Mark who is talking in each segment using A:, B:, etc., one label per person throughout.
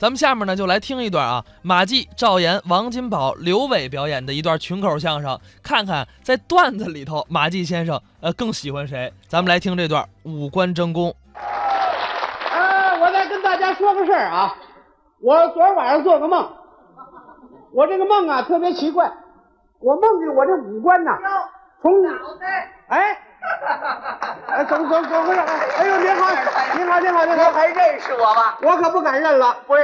A: 咱们下面呢就来听一段啊，马季、赵岩、王金宝、刘伟表演的一段群口相声，看看在段子里头马季先生呃更喜欢谁。咱们来听这段五官争功。
B: 啊，我再跟大家说个事儿啊，我昨儿晚上做个梦，我这个梦啊特别奇怪，我梦见我这五官呐，从脑袋，哎，哎，怎么怎么怎么回事？哎呦，您好，您好，您好，您
C: 您
B: 好，
C: 还认识我吗？
B: 我可不敢认了，
C: 不是，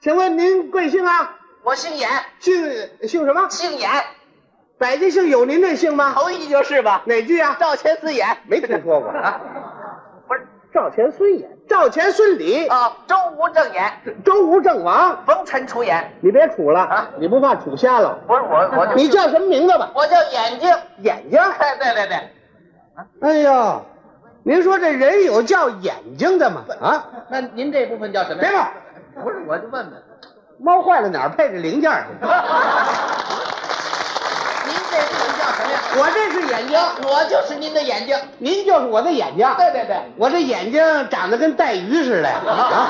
B: 请问您贵姓啊？
C: 我姓严，
B: 姓姓什么？
C: 姓严，
B: 百家姓有您这姓吗？
C: 头一句就是吧？
B: 哪句啊？
C: 赵钱孙演，
B: 没听说过啊，
C: 不是
B: 赵钱孙演，赵钱孙李，
C: 啊，周吴郑演，
B: 周吴郑王，
C: 冯陈楚演，
B: 你别杵了
C: 啊
B: 你不怕杵瞎了？
C: 不是我，我就
B: 你叫什么名字吧？
C: 我叫眼睛，
B: 眼睛。
C: 哎，对对对，
B: 哎呀，您说这人有叫眼睛的吗？啊，
C: 那您这部分叫什
B: 别闹，
C: 不是，我就问问，
B: 猫坏了哪儿配着零件儿去？
C: 您这部分叫什么呀？
B: 我这是眼睛，
C: 我就是您的眼睛，
B: 您就是我的眼睛。
C: 对对对，
B: 我这眼睛长得跟带鱼似的啊！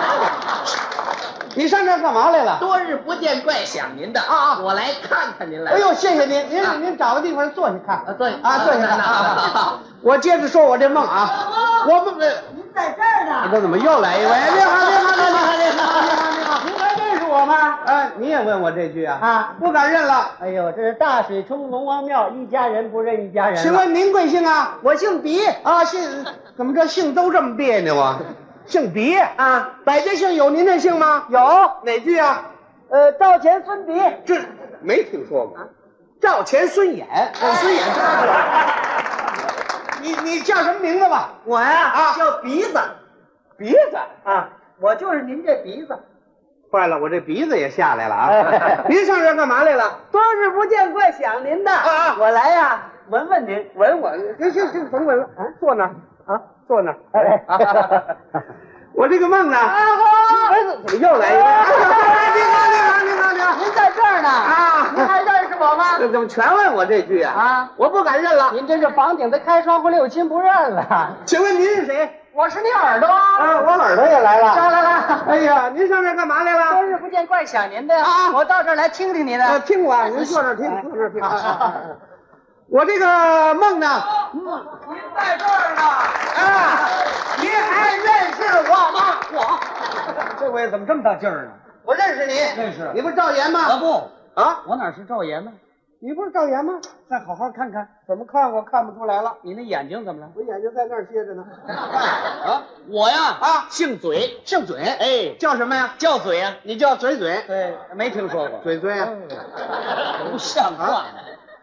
B: 你上这儿干嘛来了？
C: 多日不见，怪想您的
B: 啊啊
C: 我来看看您来
B: 哎
C: 了。
B: 呦，谢谢您，您
C: 啊
B: 您找个地方坐下看
C: 啊坐下
B: 啊，坐下看
C: 啊啊
B: 啊
C: 啊。
B: 我接着说我这梦啊，我梦呃
D: 您在这儿呢？
B: 这怎么又来一位？您好，您好，您好，您好，您好，您好。
D: 您还认识我吗？
B: 哎，你也问我这句啊？
D: 啊
B: 不敢认了。
D: 哎呦，这是大水冲龙王庙，一家人不认一家人了。
B: 请问您贵姓啊？
D: 我姓鼻
B: 啊，姓怎么这姓都这么别 扭啊？姓别啊？
D: 啊？
B: 百家姓有您这姓吗？
D: 有，
B: 哪句啊？
D: 呃，赵钱孙鼻。啊
B: 这没听说过。赵钱孙演，我孙演 你你叫什么名字吧？
D: 我呀
B: 啊
D: 叫鼻子
B: 鼻子。
D: 啊，我就是您这鼻子。
B: 坏了，我这鼻子也下来了 啊
D: 哎！
B: 您上这儿干嘛来了？
D: 多日不见，怪想您的。
B: 啊啊
D: 我来呀，闻闻您。
B: 闻我，行行行，甭闻了，坐那儿啊，坐那儿。哎，我这个梦呢？哎怎么又来一位？您好，您好，您好，您好。
D: 您在这儿呢
B: 啊
D: 您还认识我吗？
B: 这怎么全问我这句啊？
D: 啊
B: 我不敢认了。
D: 您真是房顶的开窗户，六亲不认了。
B: 请问您是谁？
D: 我是你耳朵。
B: 啊，我耳朵也来了。
D: 来来来
B: 哎呀，您上这儿干嘛来
D: 多
B: 了？
D: 日不见，怪想您的呀。
B: 啊
D: 我到这儿来听听您
B: 呃，
D: 的。
B: 听我啊，您坐这儿听，坐这儿听。我这个梦呢？
C: 您在这儿呢，
B: 啊，
C: 您还认识我吗？我，
B: 这回怎么这么大劲儿呢？
C: 我认识您。
D: 认识
B: 你不是赵岩吗？
D: 不，
B: 啊，
D: 我哪是赵岩呢？
B: 你不是赵岩吗？
D: 再好好看看，
B: 怎么看我看不出来了？
D: 你那眼睛怎么了？
B: 我眼睛在那儿歇 着呢。
D: 啊，我呀
B: 啊
D: 姓嘴，
B: 姓嘴，
D: 哎，
B: 叫什么呀？
D: 叫嘴呀、
B: 你叫嘴啊嘴，
D: 对，没听说过，哎
B: 嘴嘴啊。
D: 不像话。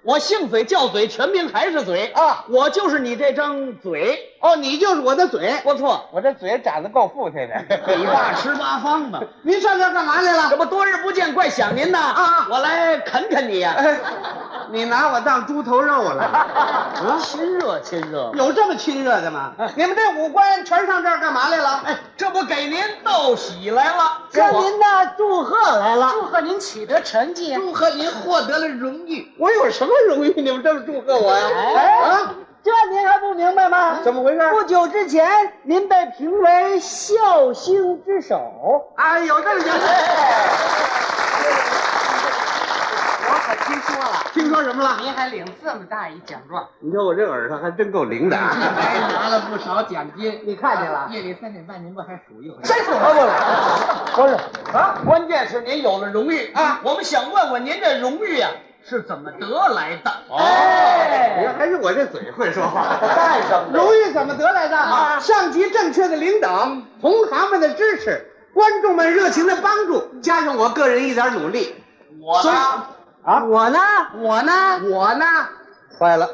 D: 我姓嘴叫嘴，全名还是嘴
B: 啊
D: 我就是你这张嘴，
B: 哦，你就是我的嘴。
D: 不错，
B: 我这嘴长得够富态的。
D: 你爸吃八方 嘛。
B: 您上这儿干嘛来
D: 这
B: 了？
D: 不多日不见，怪想您的
B: 啊
D: 我来啃啃你呀、
B: 哎，你拿我当猪头 肉了？
D: 啊，亲热亲热。哎
B: 有这么亲热的吗？你们这五官全上这儿干嘛来了？哎，
D: 这不给您道喜来了，
B: 这我
D: 呢祝贺来了，祝贺您取得成绩，祝贺您获得了荣誉。
B: 我有什么荣誉？你们这么祝贺我呀？
D: 哎
B: 啊，
D: 这您还不明白吗？
B: 怎么回事？
D: 不久之前，您被评为孝星之首。
B: 哎，有这么严重？
D: 我可听说了，
B: 听说什么了？
D: 您还领这么大一奖状，
B: 你瞧我这耳朵还真够灵的啊。
D: 还拿了不少奖金。
B: 你看见了
D: 夜里三点半，您不还数一回？
B: 真数不了，不是
D: 啊！关键是您有了荣誉
B: 啊
D: 我们想问问您这荣誉啊是怎么得来的？
B: 你哎看还是我这嘴会说话。
D: 干什么的
B: 荣誉怎么得来的？
D: 啊
B: 上级正确的领导，同行们的支持，观众们热情的帮助，加上我个人一点努力，
D: 我
B: 所以
D: 呢？
B: 啊，我呢，
D: 我呢？
B: 我呢，坏了，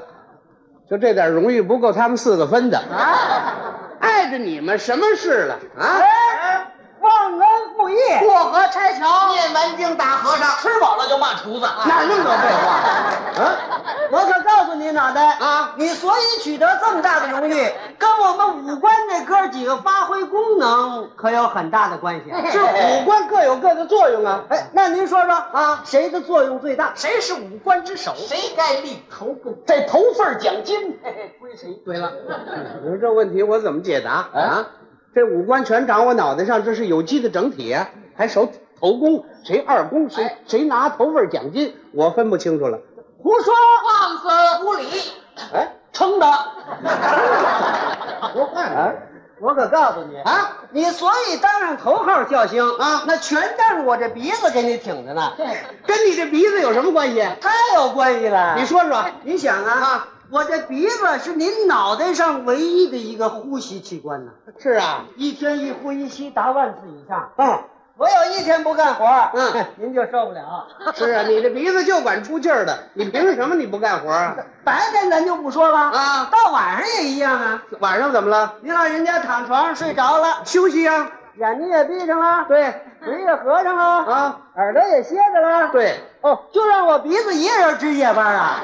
B: 就这点荣誉不够他们四个分的啊！碍着你们什么事了啊？
D: 哎，忘恩负义，
C: 过河拆桥，念完经打和尚，吃饱了就骂厨子啊
B: 哪那么多废 话啊？
D: 嗯我可告诉你，脑袋
B: 啊
D: 你所以取得这么大的荣誉，跟我们五官这哥几个发挥功能可有很大的关系。啊
B: 是五官各有各的作用啊！哎，
D: 那您说说啊，谁的作用最大？谁是五官之首？
C: 谁该立头功？
D: 这头份奖金归谁？对 了，
B: 你
D: 哎
B: 说这问题我怎么解答啊？这五官全长我脑袋上，这是有机的整体啊！还手头功，谁二功，
D: 哎
B: 谁谁拿头份奖金，我分不清楚了。
E: 胡说，
C: 放肆无礼，
B: 哎，
E: 撑的。
B: 我看看
E: 我可告诉你啊，
B: 啊，
E: 你所以当上头号笑星
B: 啊
E: 那全仗着我这鼻子给你挺着呢，
B: 跟你这鼻子有什么关系？
E: 太有关系了。
B: 你说说，
E: 啊你想啊，
B: 啊
E: 我这鼻子是您脑袋上唯一的一个呼吸器官呢，
B: 是啊，
E: 一天一呼一吸达万次以上。
B: 啊，
E: 我有一天不干活，
B: 嗯，
E: 您就受不了。
B: 是啊，你这鼻子就管出气儿的，你凭什么你不干活啊？
E: 白天咱就不说 了
B: 啊
E: 到晚上也一样啊。
B: 晚上怎么了？
E: 你老人家躺床上睡着了，
B: 休息
E: 啊
B: 呀、
E: 眼睛也闭上了，
B: 对，
E: 嘴也合上了，
B: 啊，
E: 耳朵也歇着了，，
B: 对，
E: 哦，就让我鼻子一个人值夜班啊？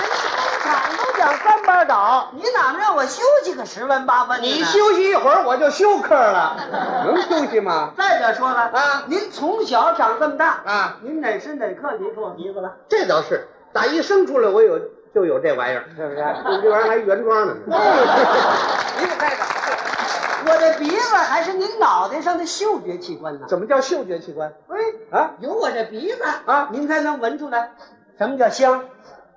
E: 人家工厂都讲三班倒，你哪能让我休息个十分八分的呢？
B: 你休息一会儿我就休克 了，能休息吗？
E: 再者说了
B: 啊
E: 您从小长这么大
B: 啊
E: 您哪时哪刻离出我鼻子了？
B: 这倒是，打一生出来我有就有这玩意儿，是不是？ 这玩意儿还原装呢。
E: 您可太搞我这鼻子还是您脑袋上的嗅觉器官呢。
B: 怎么叫嗅觉器官
E: 喂，
B: 啊？
E: 有我这鼻子
B: 啊
E: 您才能闻出来什么叫香，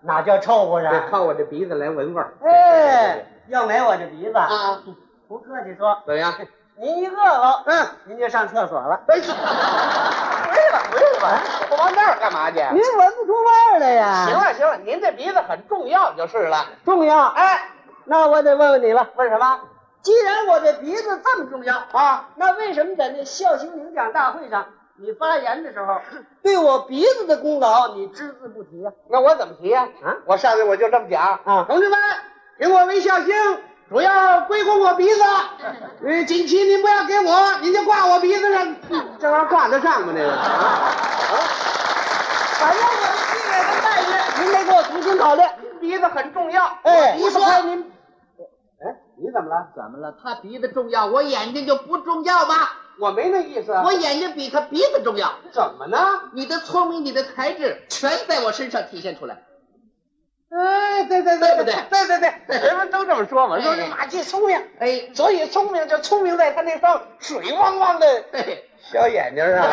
E: 哪叫臭乎
B: 得
E: 然。
B: 靠我这鼻子来闻味儿。
E: 哎，要没我这鼻子，
B: 啊，
E: 不客气说，
B: 怎 么样？
E: 您一饿了，
B: 嗯，
E: 您就上厕所了。
B: 哎，不是了，不是了，我往那儿干嘛去？
E: 您闻不出味儿来呀？
B: 行，了行了，您这鼻子很重要就是了。
E: 重要。
B: 哎，
E: 那我得问问你了，
B: 为什么
E: 既然我这鼻子这么重要，
B: 啊？
E: 那为什么在那孝行领奖大会上，你发言的 时候，对我鼻子的功劳你只字不提啊？
B: 那我怎么提呀、啊？
E: 啊
B: 我上去我就这么讲
E: 啊
B: 同志们，给我微笑星，主要归功我 鼻子。呃，锦旗您不要给我，您就挂我鼻子上，嗯这玩意儿挂得上吗？ 这个啊，
E: 反正我的地位跟待遇，您得给我重新考虑。
B: 鼻子很重要。
E: 哎，
C: 我不说
E: 离开您，
B: 哎，你怎么了？
C: 怎么了？他鼻子重要，我眼睛就不重要吗？
B: 我没那意思啊。
C: 我眼睛比他鼻子重要。
B: 怎么呢？
C: 你的聪明，你的才智，全在我身上体现出来。
B: 哎，对对
C: 对不对
B: 对对对，人们都这么说嘛，说这马季聪明，
C: 哎，
B: 所以聪明就聪明在他那双水汪汪的
C: 嘿，
B: 小眼睛上。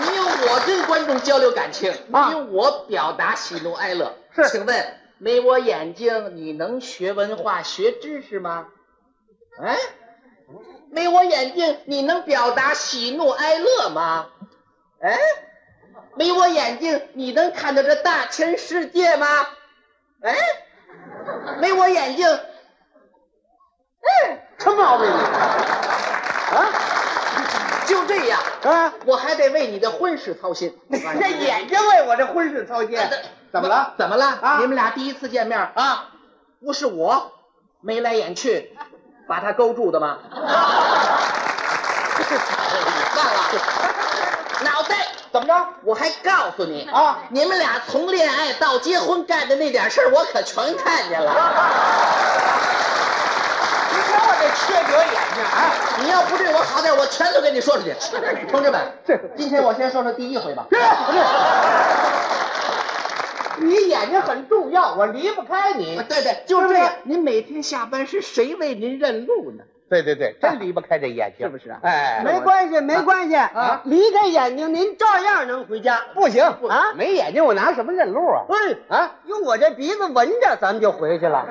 C: 你用我跟观众交流感情，
B: 啊
C: 你用我表达喜怒哀乐。
B: 是
C: 请问没我眼睛，你能学文化、学知识吗？哎，没我眼睛，你能表达喜怒哀乐吗？哎，没我眼睛，你能看到这大千世界吗？哎，没我眼睛，
B: 什么哎毛病啊？
C: 就这样，
B: 啊！
C: 我还得为你的婚事 操心。
B: 这眼睛为我这婚事操心，怎么了？
C: 哎怎么了？
B: 啊
C: 你们俩第一次见面啊，不是我眉来眼去把他勾住的 吗？忘了，脑袋。
B: 怎么着？
C: 我还告诉你
B: 啊
C: 你们俩从恋爱到结婚干的那点事儿，我可全看见了。
B: 你瞧我这缺德眼睛啊！
C: 你要不对我好点，我全都跟你说出去。同志们，今天我先说说第一回吧。
B: 你眼睛很重要，我离不开你。
C: 啊对对，就
B: 对不
C: 这
B: 对
C: 样。您每天下班是谁为您认路呢？啊
B: 对对对，真离不开这眼睛，
C: 是不是啊
B: 哎，
E: 没关系，没关系啊，离开眼睛您照样能回家。
B: 不行
E: 啊
B: 没眼睛我拿什么认路啊？
E: 喂，
B: 啊，
E: 用我这鼻子闻着，咱们就回去 了。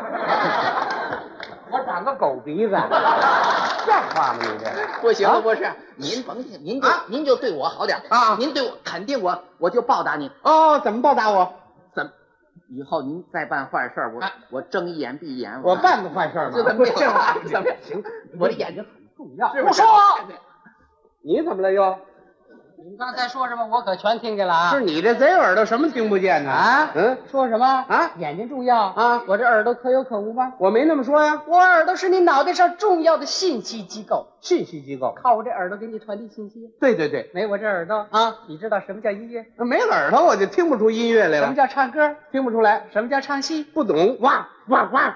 B: 我长个狗 鼻子，像话吗你这？
C: 不行，
B: 啊
C: 不是，您甭，您就、
B: 啊
C: 您就对我好点儿
B: 啊
C: 您对我肯定我，我就报答您。
B: 哦，怎么报答我？
C: 怎么，以后您再办坏事儿，我、我睁一眼闭一眼，
B: 啊我办不坏事吗？
C: 这怎么
B: 这 话
C: 怎么
B: 行？
C: 我的眼睛很重要，是
B: 不
C: 不是？
B: 说你怎么了又？
E: 你刚才说什么，我可全听见了啊
B: 是你这贼耳朵什么听不见呢？
E: 啊
B: 嗯，
E: 说什么
B: 啊
E: 眼睛重要
B: 啊
E: 我这耳朵可有可无吗？
B: 我没那么说呀。
E: 我耳朵是你脑袋上重要的信息机构，
B: 信息机构。
E: 靠我这耳朵给你传递信息。
B: 对对对，
E: 没我这耳朵，
B: 啊，
E: 你知道什么叫音乐？
B: 没耳朵我就听不出音乐来
E: 什么
B: 了，
E: 叫唱歌？
B: 听不出来，
E: 什么叫唱戏？
B: 不懂。哇哇哇，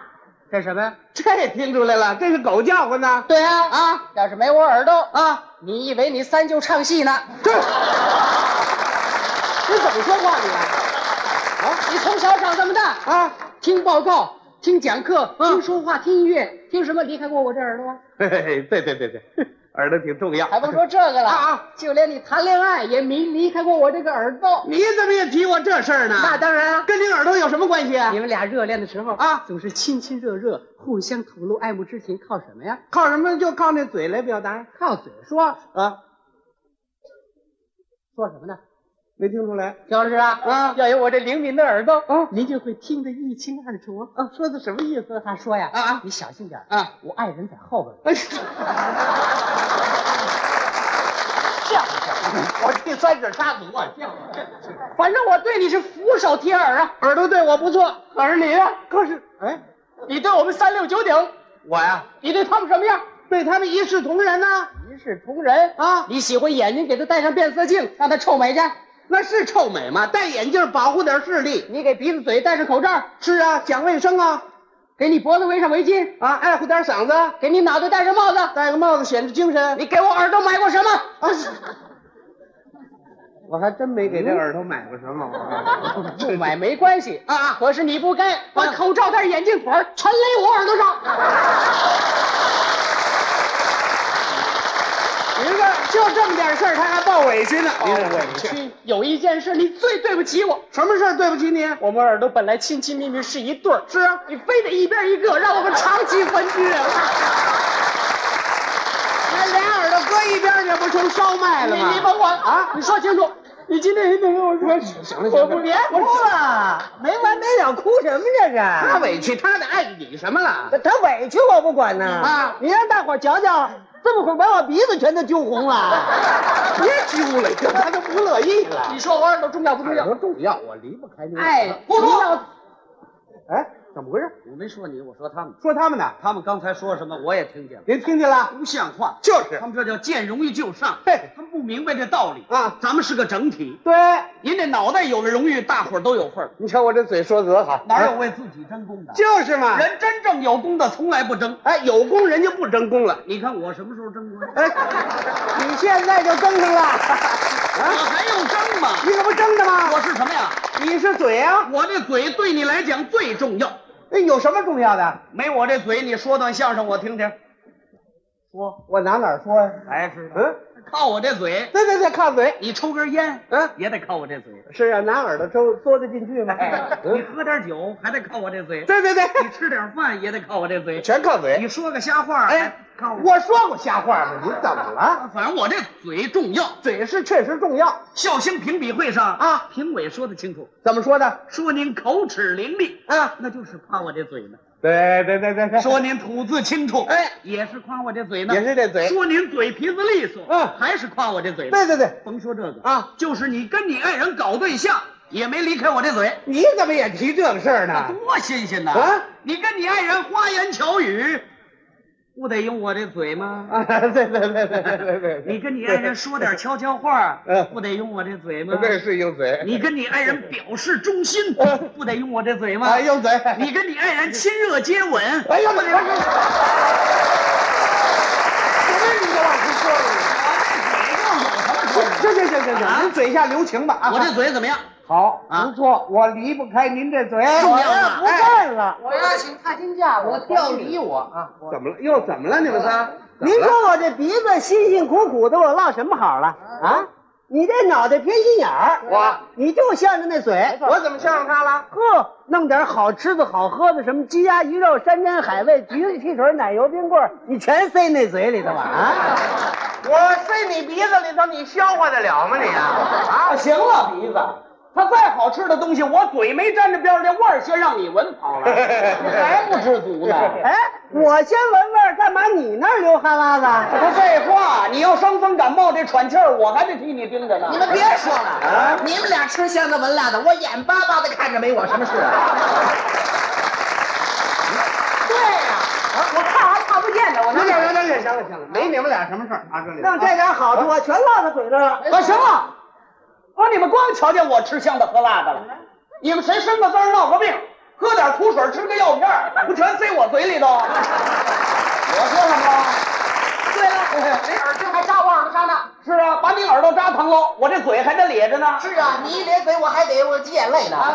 E: 这什么呀？
B: 这听出来了，这是狗叫唤呢。
E: 对啊
B: 啊，
E: 要是没我耳朵
B: 啊，
E: 你以为你三舅唱戏呢？
B: 这你怎么说话你啊？
E: 你从小长这么大，
B: 啊，
E: 听报告，
F: 听讲课、
B: 嗯
F: 听说话、听音乐，听什么离开过我这耳朵？
G: 嘿嘿嘿，对对对对，耳朵挺重要。
F: 还甭说这个了啊，就连你谈恋爱也没离开过我这个耳朵。
B: 你怎么也提我这事儿呢？
F: 那当然啊，
B: 跟你耳朵有什么关系啊
F: 你？们俩热恋的时候
B: 啊
F: 总是亲亲热热，互相吐露爱慕之情，靠什么呀？
B: 靠什么？就靠那嘴来表达呀？
F: 靠嘴说，
B: 啊，
F: 说什么呢？
B: 没听出来？
F: 就是啊，
B: 啊
F: 要有我这灵敏的耳朵
B: 啊
F: 您就会听得一清二楚啊。
B: 啊，说的什么意思？
F: 他说呀，
B: 啊啊
F: 你小心点儿
B: 啊，
F: 我爱人在后边儿。
B: 哎呀，
G: 我第三指插足啊！
F: 嗯反正我对你是俯首贴耳啊，
B: 耳朵对我不错，
F: 可是你啊，
B: 可是哎，
F: 你对我们三六九顶，
G: 我呀，
F: 你对他们什么样？
B: 对他们一视同仁呐、
F: 一视同仁
B: 啊
F: 你喜欢眼睛，给他戴上变色镜，让他臭美去；
B: 那是臭美吗？戴眼镜保护点视力。
F: 你给鼻子、嘴戴上口罩，
B: 是啊，讲卫生啊，
F: 给你脖子围上围巾，
B: 啊，爱护点嗓子，
F: 给你脑袋戴上帽子。
B: 戴个帽子显着精神。
F: 你给我耳朵买过什么？
B: 啊，是我还真没给这
F: 嗯
B: 耳朵买过什么。 我
F: 不买没关系
B: 啊
F: 可是你不该把口罩戴眼镜腿儿全勒我耳朵 上。
B: 您这就这么点事儿，他还抱委屈呢。您这哦委屈，
F: 去，有一件事你最对不起我，
B: 什么事儿对不起你？啊
F: 我们耳朵本来亲亲密密是一对儿，
B: 是啊，
F: 你非得一边一个，让我们长期分居啊！
B: 那俩耳朵搁一边儿，你不成烧麦了
F: 你
B: 吗？
F: 你甭管啊，你说清楚，你今天一定跟我说。
B: 行了行了，
F: 我不连
B: 哭了，没完没了，哭什么这是？
G: 他委屈，他得碍你什么了？
B: 他委屈我不管呢
G: 啊
B: 你让大伙儿瞧瞧，这么会儿把我鼻子全都揪红 了。
G: 别揪了，他都不乐意了
F: 你。说我耳朵重要不重
G: 耳
B: 哎
F: 要
G: 朵？重要，我离不开你。
F: 哎，
B: 不
F: 你要
G: 哎，怎么回事？
E: 我没说你，我说他们。
B: 说他们呢，
E: 他们刚才说什么我也听见了，
B: 您听见了？
E: 不像话。
B: 就是
E: 他们这叫见荣誉就上，
B: 嘿
E: 他们不明白这道理
B: 啊
E: 咱们是个整体，
B: 对，
E: 您这脑袋有了荣誉，大伙儿都有份儿，
B: 你瞧我这嘴说得多好，啊
E: 哪有为自己争功的？
B: 就是嘛。
E: 人真正有功的从来不争。
B: 哎，有功人就不争功了。
E: 你看我什么时候争功？
B: 哎， 你现在就争上了，啊
E: 我还用争吗？
B: 你可不争的吗？
E: 我是什么呀？
B: 你是嘴啊，
E: 我这嘴对你来讲最重要，
B: 那有什么重要的？
E: 没我这嘴，你说段相声我听听。
B: 我我拿哪儿说呀？
E: 哎，是的，
B: 嗯，
E: 靠我这嘴，
B: 对对对，靠嘴。
E: 你抽根烟，
B: 嗯
E: 也得靠我这嘴。
B: 是啊，拿耳朵抽缩得进去吗？
E: 哎，你
B: 嗯，
E: 喝点酒还得靠我这嘴。
B: 对对
E: 你
B: 对，
E: 吃点饭也得靠我这嘴，
B: 全靠
E: 你
B: 嘴。
E: 说个瞎话，
B: 哎
E: 靠，我，
B: 我说过瞎话吗？你怎么了？
E: 反正我这嘴重要。
B: 嘴是确实重要。
E: 孝兴评比会上
B: 啊，
E: 评委说的清楚，
B: 怎么说的？
E: 说您口齿伶俐，
B: 啊，
E: 那就是夸我这嘴呢；
B: 对对对对对，
E: 说您吐字清楚，
B: 哎，
E: 也是夸我这嘴呢；
B: 也是这嘴。
E: 说您嘴皮子利索，
B: 嗯
E: 还是夸我这嘴呢。
B: 对对对，
E: 甭说这个
B: 啊，
E: 就是你跟你爱人搞对象，也没离开我这嘴，
B: 你怎么也提这个事儿呢？
E: 多新鲜呐！
B: 啊，
E: 你跟你爱人花言巧语，不得用我这嘴吗？
B: 啊，对 对对对对对对，
E: 你跟你爱人说点悄悄话
B: 嗯，
E: 不得用我这嘴吗？
B: 这是用嘴，
E: 你跟你爱人表示忠心
B: 嗯，
E: 不得用我这嘴吗？
B: 啊用嘴，
E: 你跟你爱人亲热接吻，
B: 哎呦，你这是什么你都往出说了？
E: 哎
B: 行行行行行，您嘴下留情吧啊！
E: 我这嘴怎么样？
B: 好，
E: 啊
B: 不错，我离不开您这嘴，
E: 重要吗
B: 哎不干了。
F: 我要请踏金架，我调离我啊！
G: 怎么了？又怎么了？你们仨？
B: 您说我这鼻子辛辛苦苦的，我落什么好了啊？你这脑袋偏心眼儿，
G: 我
B: 你就向着那嘴，
G: 我怎么向着他了？
B: 呵，弄点好吃的好喝的，什么鸡鸭鱼肉、山珍海味、橘子汽水、奶油冰棍儿，你全塞那嘴里头了 啊！
G: 我塞你鼻子里头，你消化得了吗你啊？
B: 啊，行了，鼻子，
E: 他再好吃的东西，我嘴没沾着边儿，这味儿先让你闻 跑了，你还不知足呢？
B: 哎，我先闻味儿，干嘛你那儿流哈喇 子？啊
E: 不废话，你要伤风感冒这喘气儿，我还得替你盯着呢。
C: 你们别说了，
B: 啊
C: 你们俩吃香的闻辣的，我眼巴巴的看着没我什么事啊？对呀、我看还看不见呢，我
G: 行行行行行了行了，没你们俩什么事儿啊，这里。
B: 弄这点好处啊，全落到嘴上了。
E: 啊，行了，啊，你们光瞧见我吃香的喝辣的了，你们谁生个滋儿闹个病，喝点苦水吃个药片儿，不全塞我嘴里头？我说什么了？哎
C: 对了，那耳钉还扎我耳朵上呢。
E: 是啊，把你耳朵扎疼长喽，我这嘴还得咧着呢。
C: 是啊，你一咧嘴，我还得我挤眼泪呢。
D: 啊，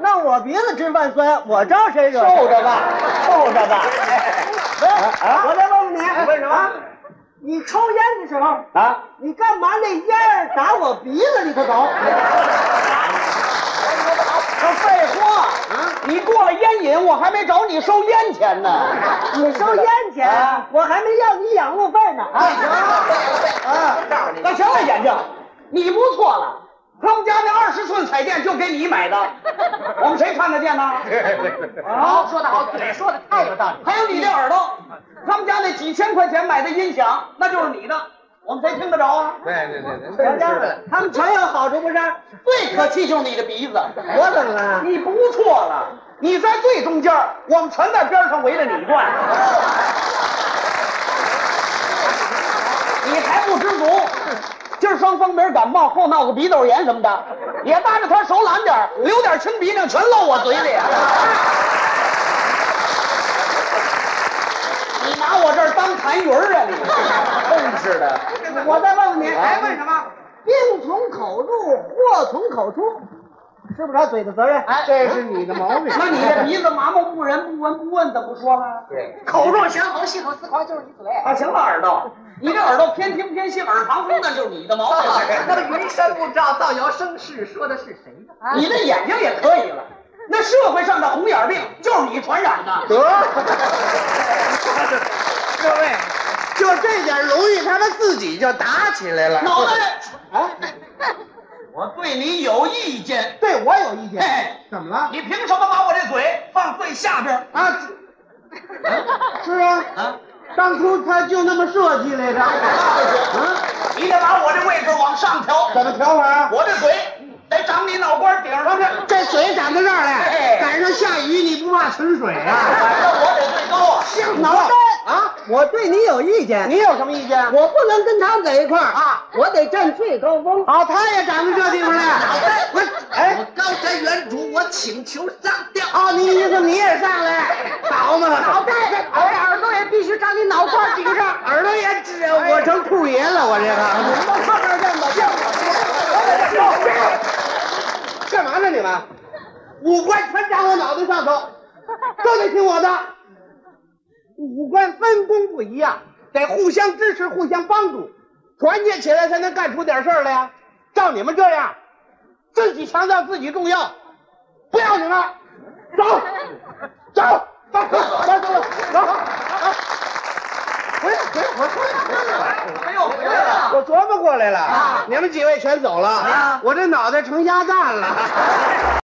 D: 那我鼻子直犯酸，我招谁惹？
E: 受着吧，受着吧。哎
D: 啊！我再问问你，
E: 问啊什么？
D: 你抽烟的时候，
E: 啊？
D: 你干嘛那烟儿打我鼻子里头走？
E: 哎这废话，你过了烟瘾，我还没找你收烟钱呢。
D: 你收烟钱，
E: 啊
D: 我还没要你养路费呢。啊！
E: 啊，那行了，眼睛，你不错了。他们家那二十寸彩电就给你买的，我们谁看得见呢？啊哎
C: 好，说的好，嘴说的太有道理。
E: 还有你这耳朵，他们家那几千块钱买的音响，那就是你的，我们谁听得着啊？
H: 对对对
D: 我家他们全有好处不是？
E: 最可气就是你的鼻子，
D: 我怎么了？
E: 你不错了，你在最中间儿，我们全在边上围着你转。你还不知足，今儿伤风鼻儿感冒，后闹个鼻窦炎什么的，也搭着他手懒点儿，留点青鼻涕全漏我嘴里。啊你拿我这儿当痰盂儿啊 你？真是的。
D: 我再问问
B: 啊
D: 你，
E: 还问
D: 什么？病从口入，祸从口出，是不是他嘴的责任？哎，
B: 这是你的毛病。
E: 那你这鼻子麻木不仁、不闻不问，怎么不说呢？
C: 口若悬河，心口丝狂，就是你嘴。
E: 啊，行了，耳朵，你这耳朵 偏 听偏信，耳旁风，那就是你的毛病。
C: 那么云山雾罩，造谣生事，说的是谁呢？啊
E: 你的眼睛也可以了，那社会上的红眼病就是你传染的。
H: 各 位，就这点荣誉，他们自己就打起来了。
E: 脑袋，啊，我对你有意见。
B: 对我有意见，
E: 嘿，
B: 怎么了？
E: 哎你凭什么把我这嘴放最下边儿？
B: 啊，是啊，当初他就那么设计 来着。嗯，
E: 你得把我这位置往上调，
B: 怎么调法？啊
E: 我这嘴得长你脑瓜顶上去。
B: 这水长到这儿
E: 哎
B: 来，赶上下雨你不怕存水啊？
E: 反正我得最高啊！
D: 脑袋啊！我对你有意见，
B: 你有什么意见？
D: 我不能跟他们在一块儿啊，我得占最高峰。
B: 好，哦他也长到这地方来。
C: 我
B: 哎
C: 我高瞻远瞩，我请求上吊。
B: 啊，你意思你也上来，好嘛？
D: 脑袋，哎，耳朵也必须长你脑瓜顶上。
B: 耳朵也指着我成兔爷了，我这个。
D: 你们上这儿站吧，站
B: 干嘛呢你们？五官全长我脑袋上头，都得听我的。五官分工不一样，得互相支持、互相帮助，团结起来才能干出点事儿来呀。照你们这样，自己强调自己重要，不要你们，走，走，走，走，走，走，走。回来，回来，回来，回来！
E: 哎呦，回来了。
B: 我琢磨过来了，你们几位全走了，我这脑袋成鸭蛋了。